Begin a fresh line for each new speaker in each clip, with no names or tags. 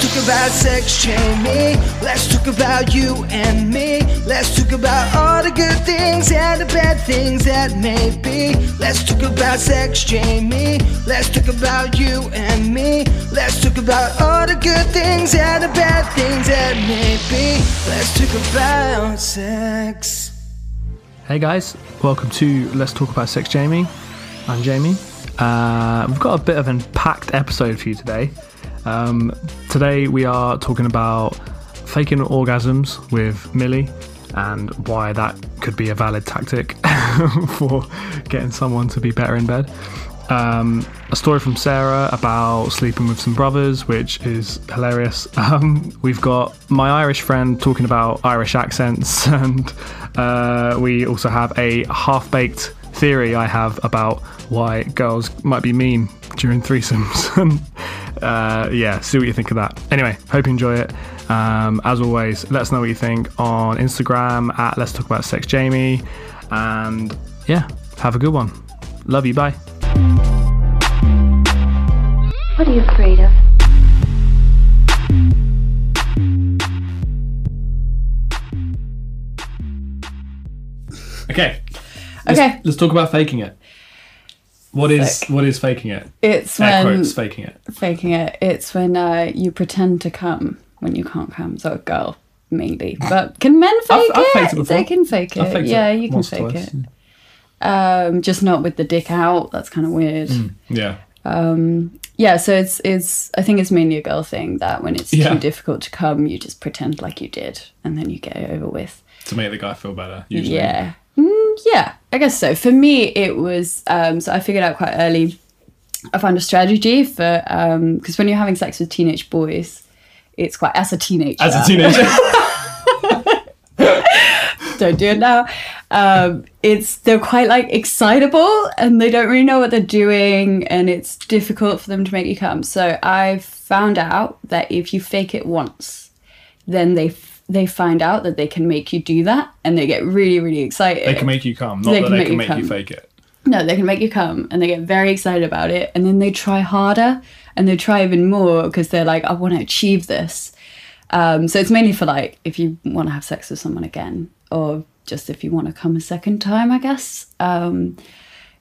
talk about sex, Jamie. Let's talk about you and me. Let's talk about all the good things and the bad things that may be. Let's talk about sex, Jamie. Let's talk about you and me. Let's talk about all the good things and the bad things that may be. Let's talk about sex.
Hey guys, welcome to Let's Talk About Sex, Jamie. I'm Jamie. Uh, we've got a bit of an packed episode for you today. Um, today we are talking about faking orgasms with Millie and why that could be a valid tactic for getting someone to be better in bed. Um, a story from Sarah about sleeping with some brothers, which is hilarious. Um, we've got my Irish friend talking about Irish accents, and uh, we also have a half baked theory I have about why girls might be mean during threesomes. uh, yeah, see what you think of that. Anyway, hope you enjoy it. Um, as always, let us know what you think on Instagram at Let's Talk About Sex Jamie. And yeah, have a good one. Love you. Bye.
What are you afraid of?
Okay.
Okay.
Let's talk about faking it. What is
Sick.
what is faking it?
It's um,
Air
when
quotes faking it.
faking it. It's when uh, you pretend to come when you can't come. So a girl mainly, but can men fake
I've-
it?
I've faked it before.
They can fake
I've
it.
faked
yeah,
it
you can
once or
fake
twice.
it. Um, just not with the dick out. That's kind of weird.
Hmm. Yeah.
Yeah. So it's it's. I think it's mainly a girl thing that when it's
Yeah.
too difficult to come, you just pretend like you did, and then you get it over with.
To make the guy feel better, usually.
Yeah. Mm, yeah, I guess so. For me, it was, um, so I figured out quite early, I found a strategy for, because when you're having sex with teenage boys, it's quite, as a teenager,
As a teenager.
don't do it now. Um, it's, they're quite like excitable and they don't really know what they're doing and it's difficult for them to make you come. So I found out that if you fake it once, then they, f- they find out that they can make you do that and they get really, really excited.
they can make you come, not
They
that
can
they
make
can
you
make you
come.
fake it.
No, they can make you come and they get very excited about it and then they try harder and they try even more because they're like, I want to achieve this. Um, so it's mainly for like if you want to have sex with someone again or just if you want to come a second time, I guess. Um,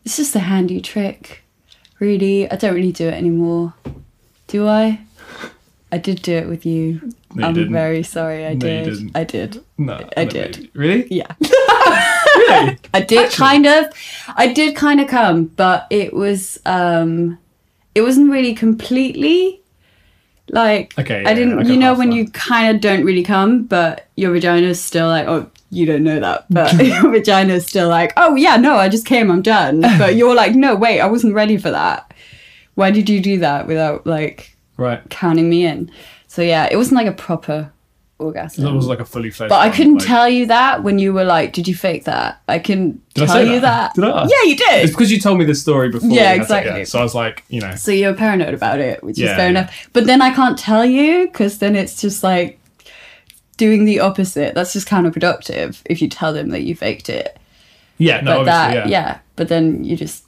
it's just a handy trick, really. I don't really do it anymore. Do I? I did do it with you.
No, you
I'm
didn't.
very sorry.
No,
I
you
did.
didn't.
I did.
No,
I
no,
did.
really. Really?
Yeah. I did kind of I did kind of come, but it was um it wasn't really completely like
Okay, yeah,
I didn't
I got
you know
half
when
that.
you kind of don't really come, but your vagina's still like oh you don't know that, but your vagina's still like oh yeah no I just came I'm done, but you're like no wait I wasn't ready for that. Why did you do that without like
Right.
counting me in? So yeah, it wasn't like a proper orgasm.
That was like a fully fledged.
But I
one,
couldn't
like-
tell you that when you were like, "Did you fake that?" I can
Did I
tell
say
you
that?
that.
Did I?
Yeah, you
It's
did.
because you told me this story before.
Yeah,
we had to-
exactly.
So I was like, you know,
So you're paranoid about it, which
Yeah,
is fair
yeah.
enough. But then I can't tell you because then it's just like doing the opposite. That's just counterproductive if you tell them that you faked it.
yeah, no,
but
obviously,
that,
yeah.
yeah. But then you just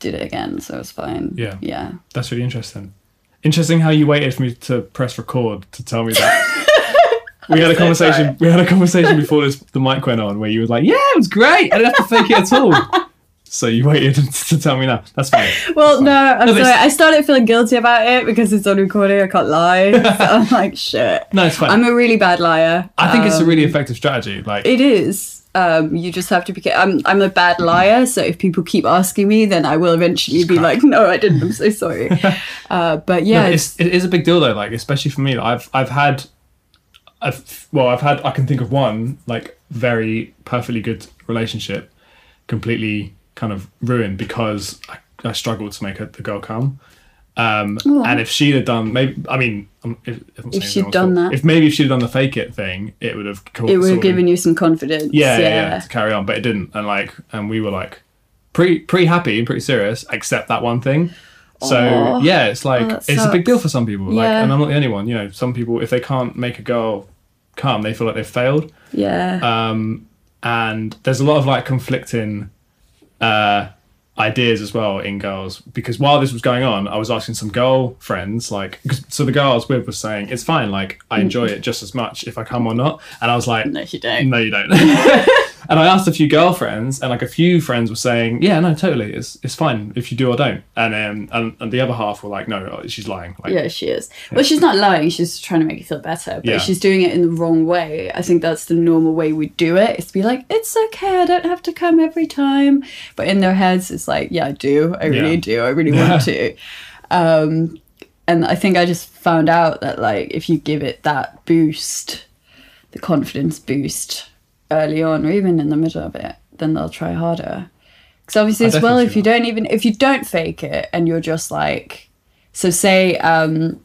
did it again, so it's fine.
Yeah.
Yeah.
That's really interesting. Interesting how you waited for me to press record to tell me that. We had a conversation. We had a conversation before this, the mic went on, where you were like, "Yeah, it was great. I didn't have to fake it at all." So you waited to tell me now. That's fine.
Well, no, I'm
No, but
sorry.
it's-
I started feeling guilty about it because it's on recording. I can't lie. so I'm like, shit.
No, it's fine.
I'm um, a really bad liar.
I think it's a really effective strategy. Like,
It is. Um, you just have to be. I'm I'm a bad liar, so if people keep asking me, then I will eventually be like, no, I didn't. I'm so sorry. uh, but yeah,
No, but
it's,
it's, it is a big deal though. Like especially for me, like, I've I've had, I've well, I've had. I can think of one like very perfectly good relationship, completely kind of ruined because I, I struggled to make her, the girl come. Um, and if she'd have done, maybe I mean, um, if, if, I'm saying
she'd
anyone's
done
fault.
that.
if maybe if she'd have done the fake it thing, it would have. co-
it would
sort
have
of-
given you some confidence.
yeah, yeah, yeah, to carry on, but it didn't. And like, and we were like, pretty, pretty happy and pretty serious, except that one thing. So
Aw. Oh,
yeah, it's like
that
it's a big
sucks.
deal for some people. Like,
Yeah.
and I'm not the only one. You know, some people if they can't make a girl come, they feel like they've failed.
yeah.
Um, and there's a lot of like conflicting uh, ideas as well in girls because while this was going on, I was asking some girl friends like 'cause- so the girl I was with was saying it's fine, like I enjoy it just as much if I come or not, and I was like,
No, you don't.
no, you don't. and I asked a few girlfriends, and like a few friends were saying, yeah, no, totally, it's it's fine if you do or don't, and um and, and the other half were like, no, uh, she's lying, like
Yeah, she is. Well, she's not lying. She's just trying to make you feel better, but
Yeah.
she's doing it in the wrong way. I think that's the normal way we do it. It's to be like, it's okay. I don't have to come every time. But in their heads, it's like, yeah, I do. I really
Yeah.
do. I really want to. Um, and I think I just found out that like if you give it that boost, the confidence boost early on, or even in the middle of it, then they'll try harder. Because obviously,
I
as well,
definitely
if you don't even if you don't fake it and you're just like, so say um,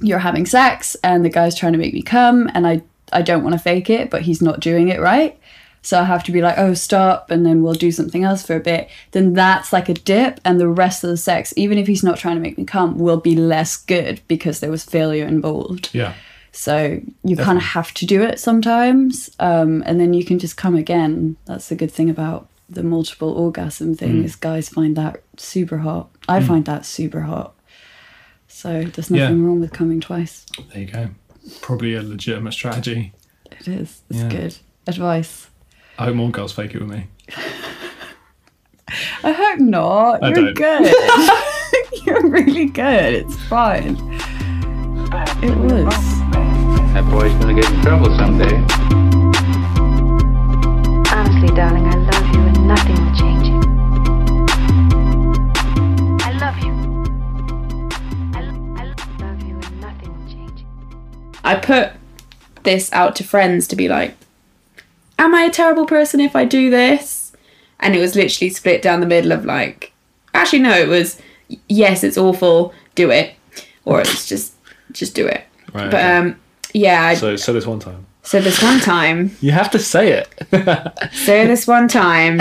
you're having sex and the guy's trying to make me come and I I don't want to fake it, but he's not doing it right. So I have to be like, oh, stop, and then we'll do something else for a bit. Then that's like a dip, and the rest of the sex, even if he's not trying to make me come, will be less good because there was failure involved.
yeah.
So you kind of have to do it sometimes, um, and then you can just come again. That's the good thing about the multiple orgasm
Mm.
thing is guys find that super hot. I find that super hot. So there's
Yeah.
nothing wrong with coming twice.
There you go. Probably a legitimate strategy.
It is. It's
Yeah.
good advice.
I hope more girls fake it with me.
I hope not.
I
You're
don't.
good. You're really good. It's fine. It was.
That boy's gonna get in trouble someday.
Honestly, darling, I love you and nothing will change it. I love you. I, lo- I lo- love you and nothing will change it.
I put this out to friends to be like, Am I a terrible person if I do this? And it was literally split down the middle of like, actually, no, it was, Yes, it's awful, do it. Or it's just, just do it.
Right.
But um, yeah, I, so,
so so this one time.
this one time,
You have to say it.
so this one time,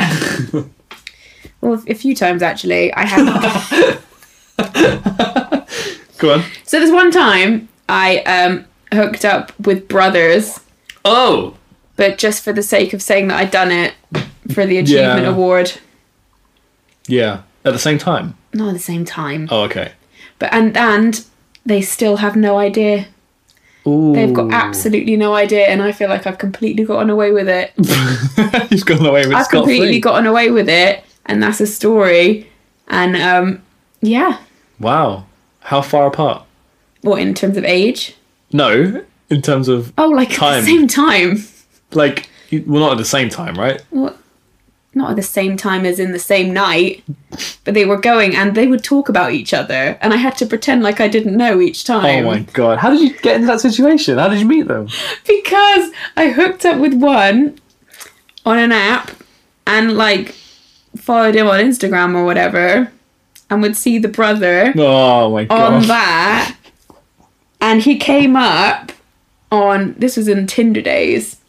well, a few times actually, I had.
Go on.
so this one time, I um, hooked up with brothers.
Oh.
but just for the sake of saying that I'd done it for the achievement
Yeah.
award.
Yeah. At the same time.
Not at the same time.
Oh, okay.
But and and they still have no idea.
Ooh.
They've got absolutely no idea, and I feel like I've completely gotten away with it.
He's gone away with
I've
Scott
completely
Free.
gotten away with it, and that's a story. And um, yeah.
Wow. How far apart?
What in terms of age?
No. In terms of
Oh, like at
Time.
the same time.
like, you- well, not at the same time, right?
What? Not at the same time as in the same night, but they were going and they would talk about each other, and I had to pretend like I didn't know each
Oh
time.
my god! How did you get into that situation? How did you meet them?
because I hooked up with one on an app and like followed him on Instagram or whatever and would see the brother
Oh my
on
god!
that and he came up on this was in Tinder days.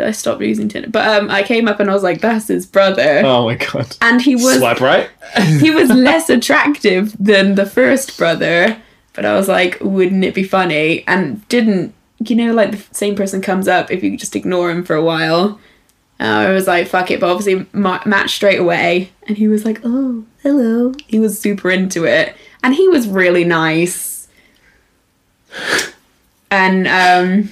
I stopped using Tinder. But um I came up and I was like, that's his brother.
oh my god!
And he was
Swipe right.
he was less attractive than the first brother, but I was like, wouldn't it be funny? And didn't you know like the same person comes up if you just ignore him for a while. Uh, I was like, fuck it, but obviously ma- matched straight away, and he was like, oh, hello. He was super into it, and he was really nice. And um,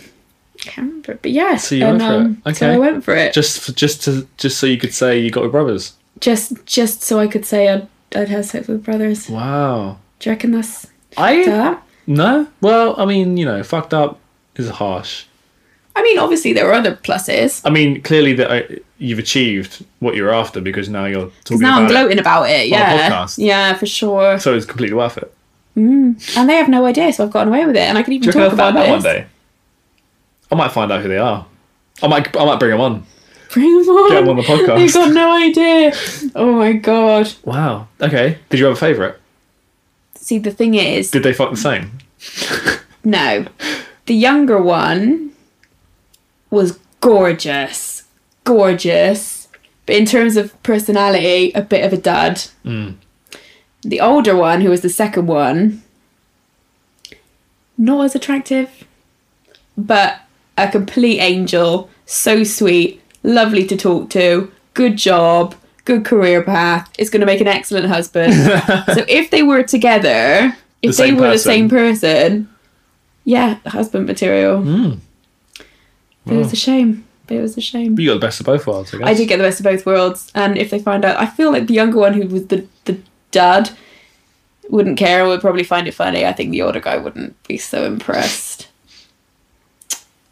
I can't remember, but yeah.
So you
and,
went for
um,
it.
So
Okay.
I went for it. Just,
Just just to just so you could say you got your brothers.
just, just so I could say I'd, I'd had sex with brothers.
Wow.
Do you reckon that's
I
that?
no. Well, I mean, you know, fucked up is harsh.
I mean, obviously there are other pluses.
I mean, clearly that I, you've achieved what you're after because now you're talking
Because now I'm
about it.
gloating about it.
On a
Yeah,
podcast.
yeah, for sure.
So it's completely worth it.
And they have no idea, so I've gotten away with it, and I can
Do
even
you reckon I'll
talk about
find out
this.
one day? I might find out who they are. I might, I might bring them on.
Bring them on.
Get them on the podcast.
They've got no idea. Oh my god.
Wow. Okay. Did you have a favourite?
See, the thing is,
Did they fuck the same?
no, the younger one was gorgeous, gorgeous, but in terms of personality, a bit of a dud.
Hmm.
The older one, who was the second one, not as attractive, but a complete angel, so sweet, lovely to talk to, good job, good career path, is going to make an excellent husband. so if they were together,
The
if they
same
were the
person.
same person, yeah, husband material. It was a shame. It was a shame.
You got the best of both worlds, I guess.
I did get the best of both worlds, and if they find out, I feel like the younger one who was the the dad wouldn't care and would probably find it funny. I think the older guy wouldn't be so impressed.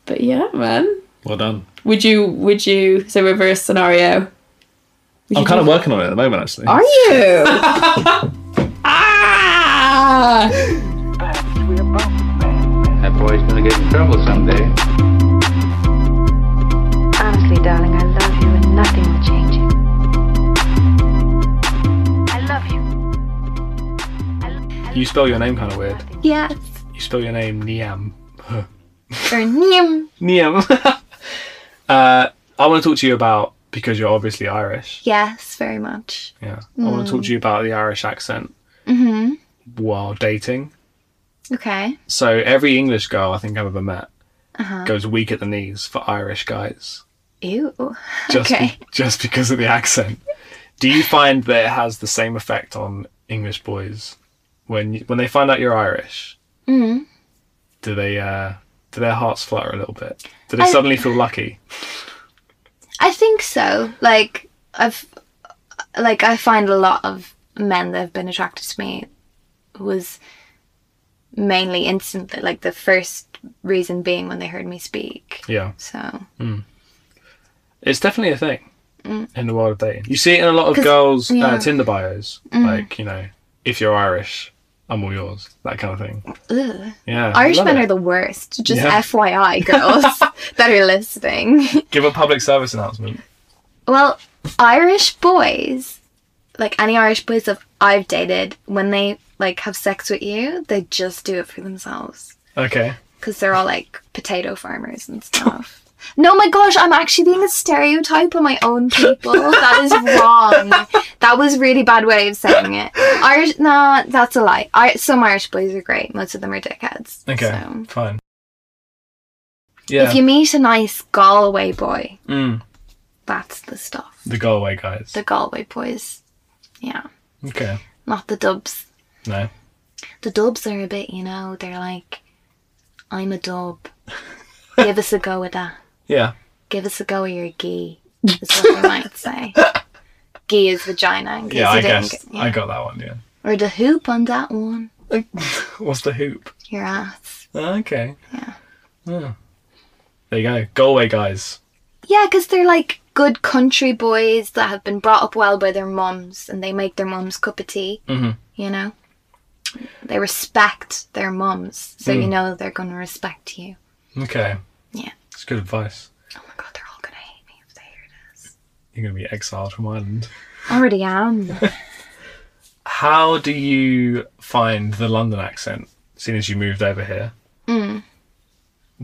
But yeah, man,
Well done.
would you? Would you? So reverse scenario. Would
I'm
you
kind of
do-
working on it at the moment, actually.
Are you? ah!
That boy's gonna get in trouble someday.
Honestly, darling, I love you and nothing will change it. I love you. I lo- I
You spell your name kind of weird.
nothing.
Yes.
You spell your name Niam.
Or Niam.
Niam. uh, I want to talk to you about because you're obviously Irish.
Yes, very much.
Yeah. I want to talk to you about the Irish accent while dating.
Mm-hmm. Okay. Uh-huh.
So every English girl I think I've ever met goes weak at the knees for Irish guys.
Ew.
just be-
Okay.
just because of the accent. Do you find that it has the same effect on English boys when you, when they find out you're Irish?
Mm-hmm.
Mm. Do they uh, do their hearts flutter a little bit? Do they
I-
suddenly feel lucky?
I think so. Like I've like I find a lot of men that have been attracted to me was mainly instantly like the first reason being when they heard me speak.
Yeah,
So
it's definitely a thing in the world of dating. You see it in a lot of girls' uh,
Mm. yeah. Mm.
Tinder bios, like you know, if you're Irish, I'm all yours, that kind of thing.
ugh.
Yeah, I love
Irishmen
it.
are the worst. Just
Yeah.
FYI girls that are listening.
give a public service announcement.
Well, Irish boys, like any Irish boys that I've dated, when they like have sex with you, they just do it for themselves
Okay,
because they're all like potato farmers and stuff. no, my gosh, I'm actually being a stereotype of my own people. that is wrong. That was really bad way of saying it. Irish, nah, that's a lie. I, some Irish boys are great. Most of them are dickheads.
okay,
So.
fine. Yeah,
If you meet a nice Galway boy,
Mm.
that's the stuff.
the Galway guys.
The Galway boys, yeah,
okay,
not the dubs.
no.
the dubs are a bit, you know, they're like, I'm a dub. Give us a go with that.
Yeah.
Give us a go with your gee, is what they might say. Gee is vagina. In case
Yeah,
you
I
didn't
guess
get- yeah.
I got that one. Yeah.
Or the hoop on that one.
What's the hoop?
Your ass.
Ah, Okay. Yeah. There you go. Galway guys.
Yeah, 'cause they're like good country boys that have been brought up well by their mums and they make their mums cup of tea,
Mhm.
you know? They respect their mums, so
Mm.
you know they're going to respect you.
Okay.
Yeah.
It's good advice.
Oh my god, they're all going to hate me if they hear that.
You're gonna be exiled from Ireland.
Already am.
How do you find the London accent, seeing as you moved over here?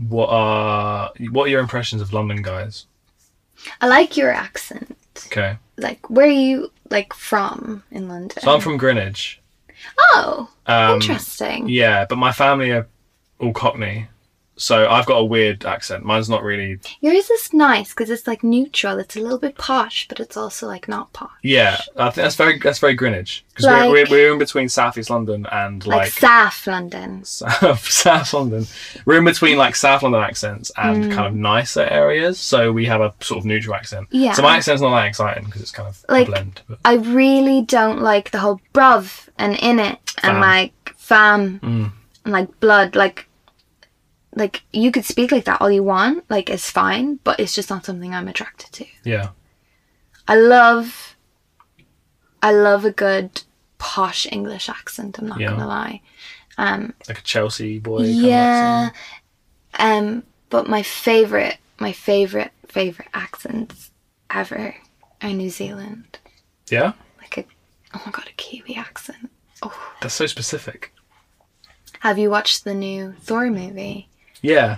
What are what are your impressions of London guys?
I like your accent.
Okay.
Like, where are you like from in London?
So I'm from Greenwich.
oh,
Um,
interesting.
Yeah, but my family are all Cockney, so I've got a weird accent. Mine's not really
Yours is nice because it's like neutral. It's a little bit posh, but it's also like not posh.
Yeah, I think that's very that's very Greenwich because
Like-
we're, we're we're in between Southeast London and
Like,
like,
South London.
South, South London. We're in between like South London accents and
Hmm.
kind of nicer areas, so we have a sort of neutral accent.
Yeah.
So my accent's not that exciting because it's kind of
Like-
a blend. But
I really don't like the whole bruv and in it and
Fam.
like fam
Mm.
and like blood. Like, like you could speak like that all you want. Like, it's fine, but it's just not something I'm attracted to.
yeah,
I love I love a good posh English accent, I'm not
Yeah.
gonna lie. Um
like a Chelsea boy. kind of
yeah.
accent.
Um but my favorite my favorite favorite accents ever are New Zealand.
yeah.
Like a oh my god, a Kiwi accent.
That's so specific.
Have you watched the new Thor movie?
Yeah.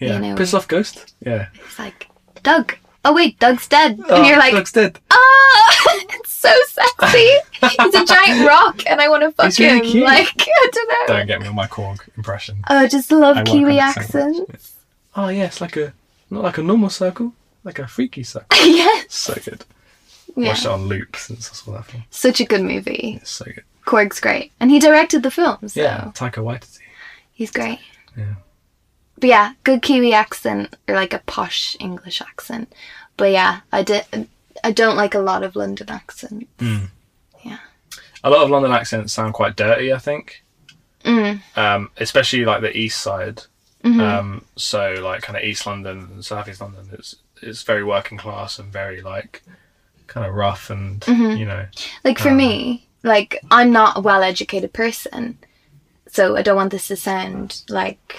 Yeah.
You know-
Piss off, ghost. Yeah.
It's like Doug. Oh wait, Doug's dead. and you're like,
Doug's dead.
oh, it's so sexy. He's a giant rock, and I want to fuck
He's really
him.
cute.
Like I don't know.
Don't get me on my Korg impression.
Oh, I just
I
love
work on it
Kiwi
so much.
accent.
Oh yeah, it's like a not like a normal circle, like a freaky circle.
yes.
so good. Watched it on loop since I saw that film.
Such a good movie.
It's so good.
Korg's great, and he directed the film, so
Yeah, Taika Waititi.
he's great.
Yeah.
But yeah, good Kiwi accent or like a posh English accent. But yeah, I did. I don't like a lot of London accent.
A lot of London accents sound quite dirty, I think.
Mm.
Um, especially like the East Side.
Mm-hmm.
Um, so like kind of East London and South East London. It's it's very working class and very like kind of rough and
Mm-hmm.
you know
Like
Oh.
for me, like I'm not a well-educated person, so I don't want this to sound like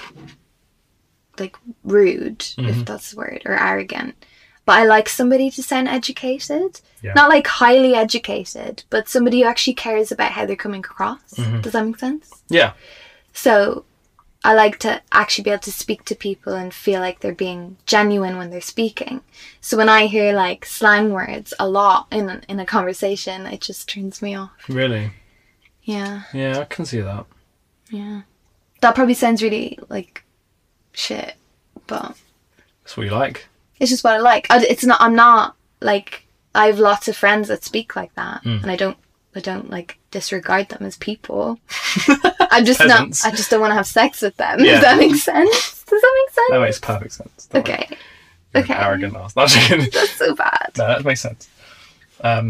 like rude,
Mm-hmm.
if that's the word, or arrogant. But I like somebody to sound educated,
Yeah.
not like highly educated, but somebody who actually cares about how they're coming across.
Mm-hmm.
Does that make sense?
yeah
So I like to actually be able to speak to people and feel like they're being genuine when they're speaking. So when I hear like slang words a lot in in a conversation, it just turns me off.
really
Yeah,
yeah I can see that.
yeah. That probably sounds really like shit, but
That's what you like.
it's just what I like. I, it's not. I'm not like I have lots of friends that speak like that,
Hmm.
and I don't. I don't like disregard them as people. I'm just
Peasants.
not. I just don't want to have sex with them.
Yeah.
Does that make sense? Does that make sense?
That makes perfect sense. Don't worry.
Okay.
You're an
okay.
Arrogant ass. No, I'm just kidding.
That's so bad.
No, Uh, that makes sense. Um,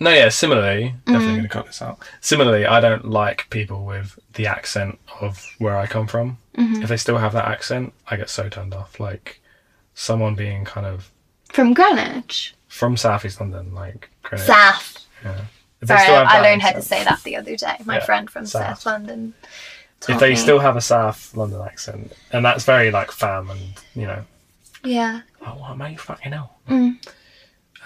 no, yeah, similarly, definitely going to cut this out. Similarly, I don't like people with the accent of where I come from. If they still have that accent, I get so turned off. Like, someone being kind of
From Greenwich.
from South East London, like, Greenwich.
South.
If they
Sorry,
still have
I, I
that
learned how to
accent-
say that the other day. My
Yeah,
friend from
South.
South London.
If
taught
they
me.
still have a South London accent, and that's very, like, fam and, you know,
Yeah.
oh, what am I fucking hell?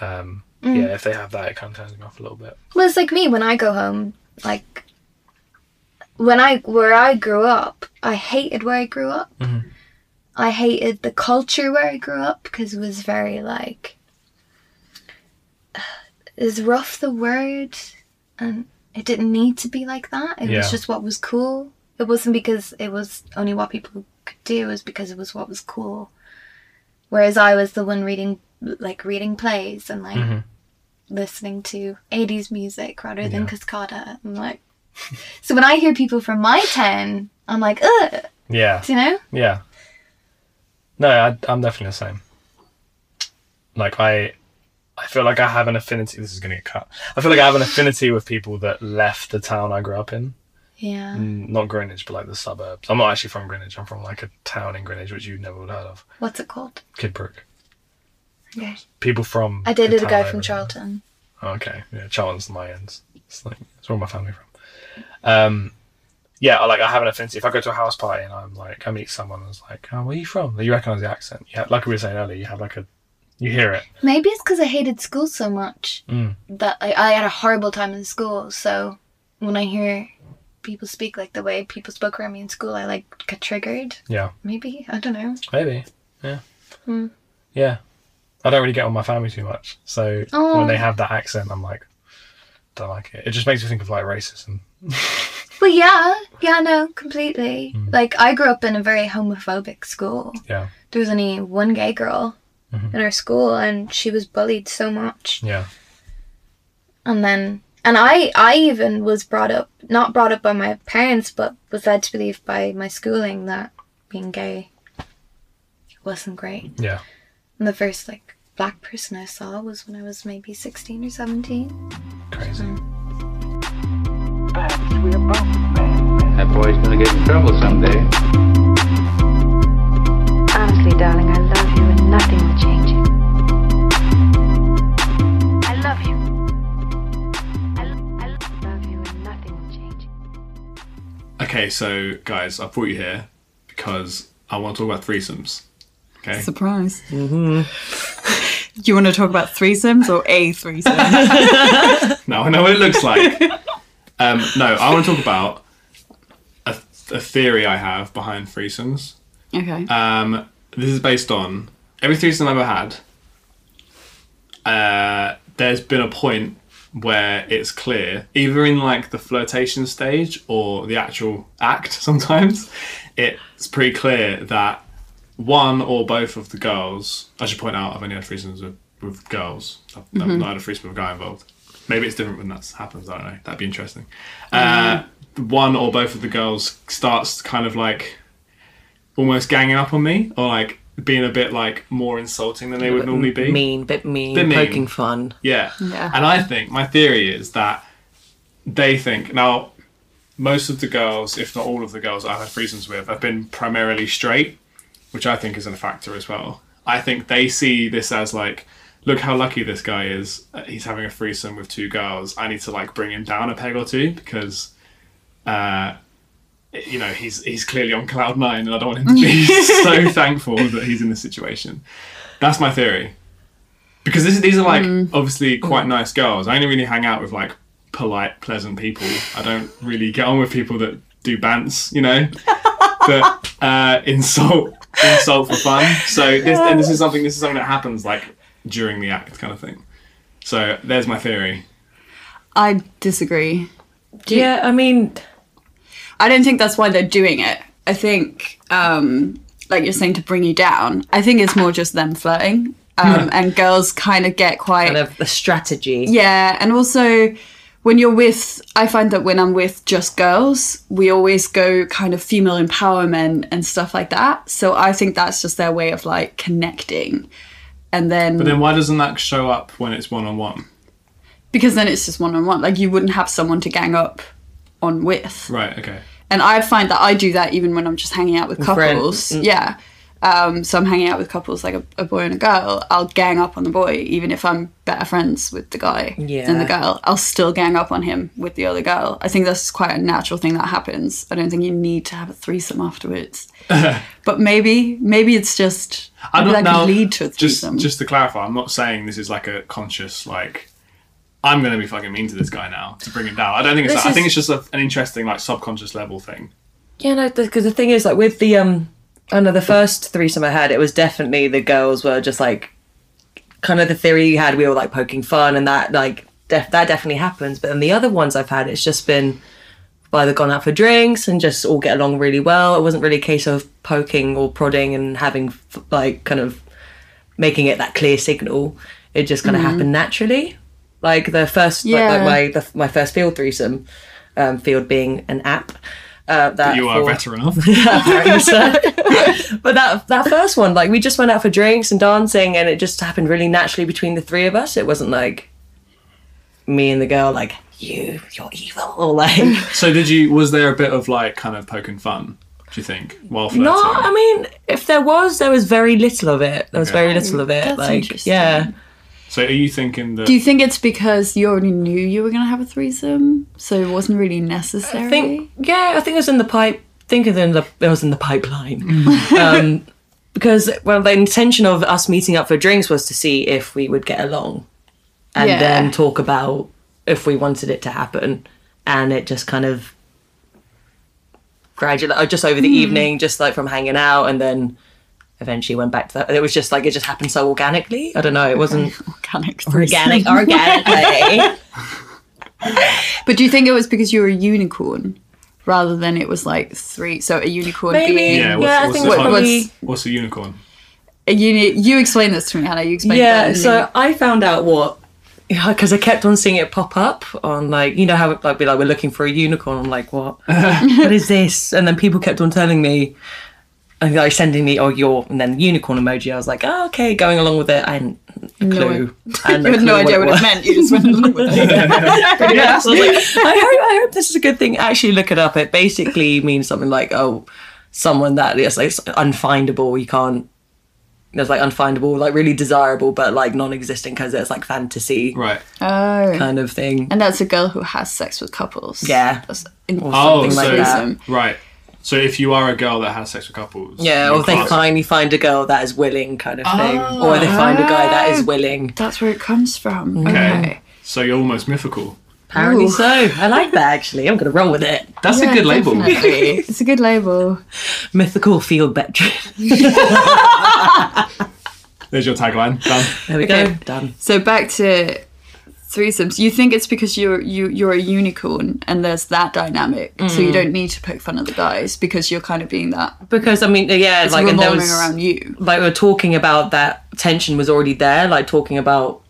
Um, Yeah, if they have that, it kind of turns me off a little bit.
Well, it's like me when I go home. Like when I where I grew up, I hated where I grew up. I hated the culture where I grew up because it was very like is rough the word, and it didn't need to be like that. It
Yeah.
was just what was cool. It wasn't because it was only what people could do. It was because it was what was cool. Whereas I was the one reading like reading plays and like listening to 80s music rather than cascada and like so when i hear people from my town i'm like ugh
Yeah.
you know
Yeah. No, I, I'm definitely the same. Like I, I feel like I have an affinity. This is gonna get cut. I feel like I have an affinity with people that left the town I grew up in.
yeah
Mm, Not Greenwich, but like the suburbs. I'm not actually from Greenwich. I'm from like a town in Greenwich, which you never would have heard of,
what's it called
Kidbrooke.
okay
People from.
i
the
dated a
town
guy
I
from
was in.
charlton
Okay, yeah, Charlton's my ends. It's like it's where my family from. Um, yeah, I- like I have an affinity. If I go to a house party and I'm like, I meet someone, and it's like, oh, where are you from? You recognise the accent. Yeah, like we were saying earlier, you have like a, you hear it.
maybe it's because i hated school so much
Mm.
that I, I had a horrible time in school so when i hear people speak like the way people spoke around me in school i like get triggered
Yeah,
maybe i don't know
maybe. Yeah. Yeah, I don't really get on my family too much, so when they have that accent, I'm like, don't like it. It just makes me think of like racism.
well yeah yeah no completely like i grew up in a very homophobic school
Hmm. Yeah, Mm-hmm.
there was only one gay girl in our school and she was bullied so much
yeah,
and then and i i even was brought up not brought up by my parents but was led to believe by my schooling that being gay wasn't great
yeah.
and the first like black person i saw was when i was maybe 16 or 17
Crazy.
That boy's gonna get in trouble someday.
Honestly, darling, I love you and nothing will change it. I love you. I, lo- I lo- love you and nothing will change it.
Okay, so guys, I brought you here because I want to talk about threesomes. Okay.
Surprise. Mm-hmm. Do you want to talk about threesomes or a threesome?
No, I know what it looks like. um, no, I want to talk about a, a theory I have behind threesomes.
okay.
Um, this is based on every threesome I've ever had. Uh, there's been a point where it's clear, either in like the flirtation stage or the actual act. Sometimes it's pretty clear that one or both of the girls. I should point out I've only had threesomes with
with girls. I've I've not had a threesome with a guy involved. Maybe it's different when that happens. I don't know. That'd be interesting. Uh, one or both of the girls starts kind of like almost ganging up on me, or like being a bit like more insulting than they would normally be.
Mean, bit mean,
Bit mean.
poking fun.
Yeah. And I think my theory is that they think now most of the girls, if not all of the girls I've had threesomes with, have been primarily straight, which I think is a factor as well. I think they see this as like, look how lucky this guy is. Uh, He's having a threesome with two girls. I need to like bring him down a peg or two because, uh, you know, he's he's clearly on cloud nine, and I don't want him to be so thankful that he's in this situation. That's my theory because this, these are like obviously quite nice girls. I only really hang out with like polite, pleasant people. I don't really get on with people that do bants, you know, that uh, insult insult for fun. So this and this is something this is something that happens like during the act kind of thing. So there's my theory.
I disagree.
Yeah, I mean,
I don't think that's why they're doing it. I think, um, like you're saying, to bring you down. I think it's more just them flirting, um, and girls kind of get quite
kind of the strategy.
Yeah, and also when you're with, I find that when I'm with just girls, we always go kind of female empowerment and stuff like that. So I think that's just their way of like connecting. And then,
But then why doesn't that show up when it's one on one?
because then it's just one on one. Like you wouldn't have someone to gang up on with.
Right. Okay.
And I find that I do that even when I'm just hanging out with couples.
friends, mm.
Yeah. Um, so I'm hanging out with couples like a, a boy and a girl. I'll gang up on the boy, even if I'm better friends with the guy than
Yeah.
the girl. I'll still gang up on him with the other girl. I think that's quite a natural thing that happens. I don't think you need to have a threesome afterwards. but maybe, maybe it's just
I
maybe
don't
that
know.
could lead to a
just
threesome.
just to clarify, I'm not saying this is like a conscious like I'm gonna be fucking mean to this guy now to bring him down. I don't think it's
This
that. I think
is-
it's just a, an interesting like subconscious level thing.
Yeah, no, because the thing is, like with the um, I don't know the first threesome I had, it was definitely the girls were just like, kind of the theory you had, we were like poking fun, and that like def- that definitely happens. But then the other ones I've had, it's just been by the gone out for drinks and just all get along really well. It wasn't really a case of poking or prodding and having f- like kind of making it that clear signal. It just kind of happened naturally. Like the first, like,
Yeah.
like my the, my first field threesome, um, field being an app. Uh, that
You are
for-
better enough.
apparently so. but that that first one, like we just went out for drinks and dancing, and it just happened really naturally between the three of us. It wasn't like me and the girl, like you, you're evil, or like
so did you? Was there a bit of like kind of poking fun? Do you think while flirting?
no. I mean, if there was, there was very little of it. There was very little of it.
That's
like
interesting.
yeah,
so are you thinking that?
Do you think it's because you already knew you were going to have a threesome, so it wasn't really necessary?
I think yeah, I think it was in the pipe. Think it was in the it was in the
Mm.
pipeline. um, because well, the intention of us meeting up for drinks was to see if we would get along, and
Yeah.
then talk about if we wanted it to happen, and it just kind of gradually, oh, just over the evening, just like from hanging out, and then eventually went back to that. It was just like it just happened so organically. I don't know. It wasn't
Organic
organic, organically.
But do you think it was because you were a unicorn rather than it was like three? So a unicorn
Maybe.
being
yeah, what's,
Yeah, I
what's
think
the,
what-
fun-
what's-
what's a unicorn?
a uni. You explain this to me, Hannah. You explain.
yeah
better than me.
so i found out what because i kept on seeing it pop up on like you know how it like be like we're looking for a unicorn i'm like what what is this and then people kept on telling me and like sending me oh your and then the unicorn emoji i was like oh, okay going along with it i had no clue I
you had no idea what it meant. You just went along with it.
yeah. I, was like, I hope I hope this is a good thing. Actually, look it up. It basically means something like oh, someone that is like unfindable. You can't. There's like unfindable, like really desirable, but like non-existent because it's like fantasy
Right.
Oh,
kind of thing.
and that's a girl who has sex with couples.
Yeah.
That's in-
Oh,
Something
so
like that.
right. So if you are a girl that has sex with couples,
Yeah,
you're
or they
classed-
finally find a girl that is willing, kind of thing, or they find a guy that is willing.
That's where it comes from.
Okay.
Okay.
So you're almost mythical.
Apparently
Ooh.
so. I like that actually. I'm gonna roll with it.
That's a good label.
Definitely. it's a good label.
Mythical field veteran.
There's your tagline. Done.
There we
Okay.
go. Done.
So back to threesomes, you think it's because you're you you're a unicorn and there's that dynamic, so
Mm.
you don't need to poke fun at the guys because you're kind of being that
because I mean, yeah,
it's
like and there
revolving
was
around you.
like we were talking about that tension was already there, like talking about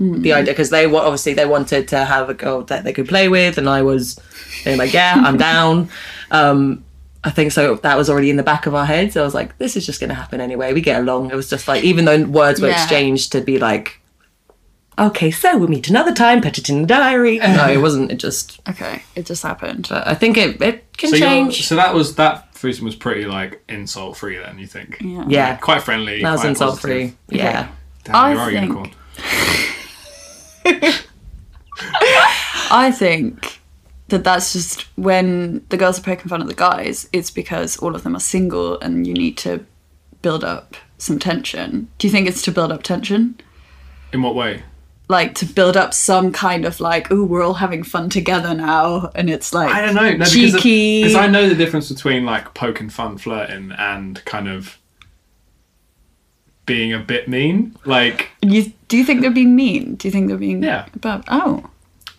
the idea because they were obviously they wanted to have a girl that they could play with, and I was they were like, yeah, I'm down. Um, I think so. That was already in the back of our heads. I was like, this is just going to happen anyway. We get along. It was just like even though words were
Yeah.
exchanged to be like. Okay, so we'll meet another time. Put it in the diary. No, it wasn't. It just.
Okay, it just happened.
I think it it can
So, you're-
change.
so that was that threesome was pretty like insult free. Then you think? Yeah.
Yeah,
Quite friendly.
that was
quite
insult
positive.
free. Yeah.
Damn,
I
you are a
think-
unicorn.
I think that that's just when the girls are poking fun at the guys, it's because all of them are single and you need to build up some tension. Do you think it's to build up tension?
In what way?
like to build up some kind of like, oh, we're all having fun together now, and it's like
I don't know. No,
cheeky.
Because I know the difference between like poking fun, flirting, and kind of being a bit mean. Like,
You, do you think they're being mean? Do you think they're being
Yeah.
About, oh,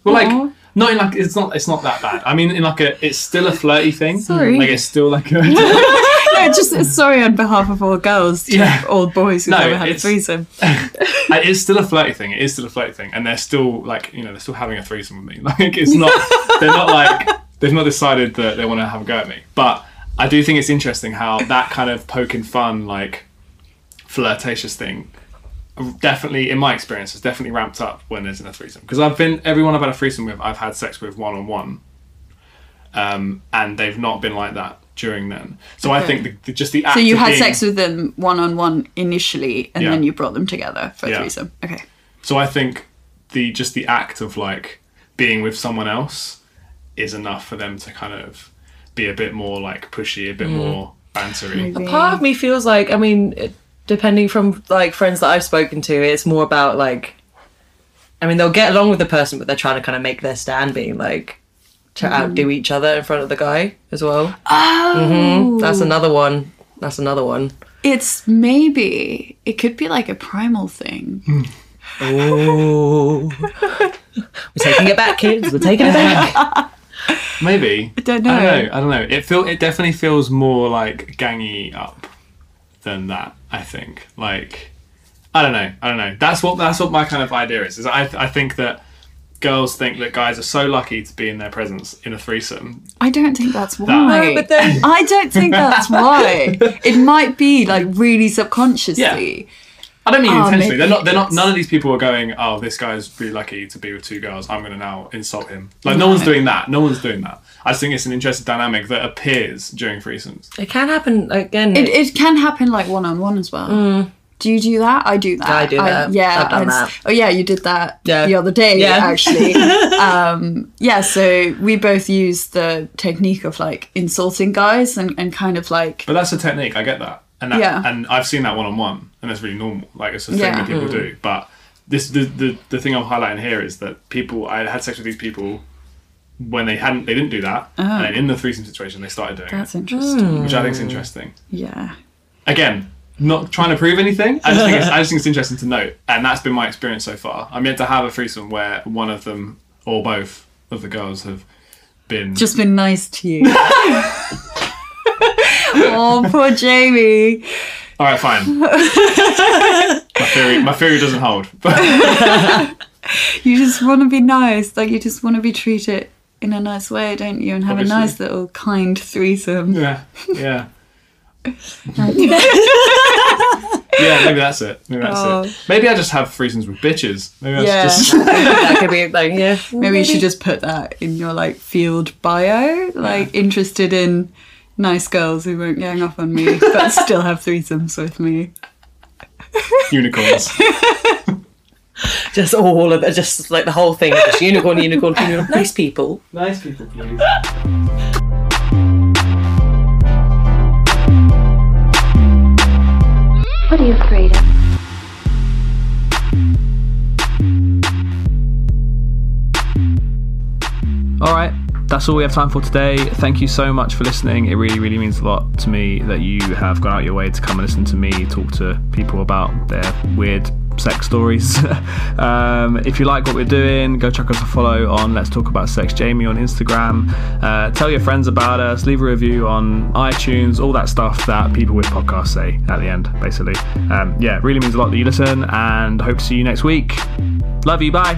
well,
Aw.
like not in like it's not it's not that bad. I mean, in like a it's still a flirty thing.
Sorry.
Like it's still like a
no, it's just it's sorry on behalf of all girls, to
Yeah.
all boys who've
No,
never had a
it's-
threesome.
it's still a flirty thing. It is still a flirty thing, and they're still like you know they're still having a threesome with me. Like it's not they're not like they've not decided that they want to have a go at me. But I do think it's interesting how that kind of poking fun like flirtatious thing definitely in my experience has definitely ramped up when there's in a threesome because I've been everyone I've had a threesome with I've had sex with one on one, um, and they've not been like that during then. So I think the, the, just the act
So you
of
had
being-
sex with them one on one initially, and
Yeah.
then you brought them together for a
Yeah.
threesome. Okay,
So I think the just the act of like being with someone else is enough for them to kind of be a bit more like pushy, a bit more bantery.
part of me feels like i mean it- depending from like friends that i've spoken to it's more about like i mean they'll get along with the person but they're trying to kind of make their stand being like to outdo each other in front of the guy as well oh. hmm that's another one that's another one
it's maybe it could be like a primal thing.
Ooh. we're taking it back kids we're taking it back
Maybe I
don't
I
know.
don't know. I don't know. It feel it definitely feels more like gangy up than that. I think like I don't know. I don't know. That's what that's what my kind of idea is. Is I I think that girls think that guys are so lucky to be in their presence in a threesome.
I don't think that's why.
but then-
I don't think that's why. It might be like really subconsciously.
I don't mean
Oh,
intentionally.
maybe
They're not. They're not.
it's-
None of these people are going. Oh, this guy's really lucky to be with two girls. I'm going to now insult him. Like no. one's doing that. No one's doing that. I just think it's an interesting dynamic that appears during threesomes.
it can happen again
It, it can happen like one on one as well. Do you do that? I do that.
Mm. I do that.
yeah.
I've done
I s-
that.
Oh yeah, you did that
Yeah.
the other day
Yeah.
actually. um, yeah. So we both use the technique of like insulting guys and, and kind of like
But that's a technique. I get that. And that,
Yeah.
And I've seen that one on one, and that's really normal. Like it's a thing
Yeah.
that people do. But this the, the the thing I'm highlighting here is that people. I had sex with these people when they hadn't. They didn't do that.
Uh-huh.
And then in the threesome situation, they started doing
that's
it,
interesting.
Hmm.
which I think is interesting.
Yeah.
again, not trying to prove anything. I just think it's, I just think it's interesting to note, and that's been my experience so far. I'm yet to have a threesome where one of them or both of the girls have been
Just been nice to you. oh, poor Jamie.
all right. Fine. my theory, my theory doesn't hold. But
You just want to be nice. Like, you just want to be treated in a nice way, don't you? And have
Obviously.
a nice little kind threesome.
yeah, yeah. yeah, maybe that's it. Maybe that's
Oh.
it. Maybe I just have threesomes with bitches. Maybe that's
Yeah.
just
that could be like yeah
Maybe you should just put that in your like field bio, like interested in nice girls who won't gang off on me but still have threesomes with me.
unicorns.
just all of it just like the whole thing just unicorn unicorn unicorn nice people
nice people, please.
What are you afraid of?
All right, that's all we have time for today. Thank you so much for listening. It really, really means a lot to me that you have gone out your way to come and listen to me talk to people about their weird
sex stories. um, if you like what we're doing, go check us a follow on Let's Talk About Sex Jamie on Instagram. Uh, tell your friends about us, leave a review on iTunes, all that stuff that people with podcasts say at the end, basically. Um, yeah, it really means a lot that you listen and hope to see you next week. Love you, bye.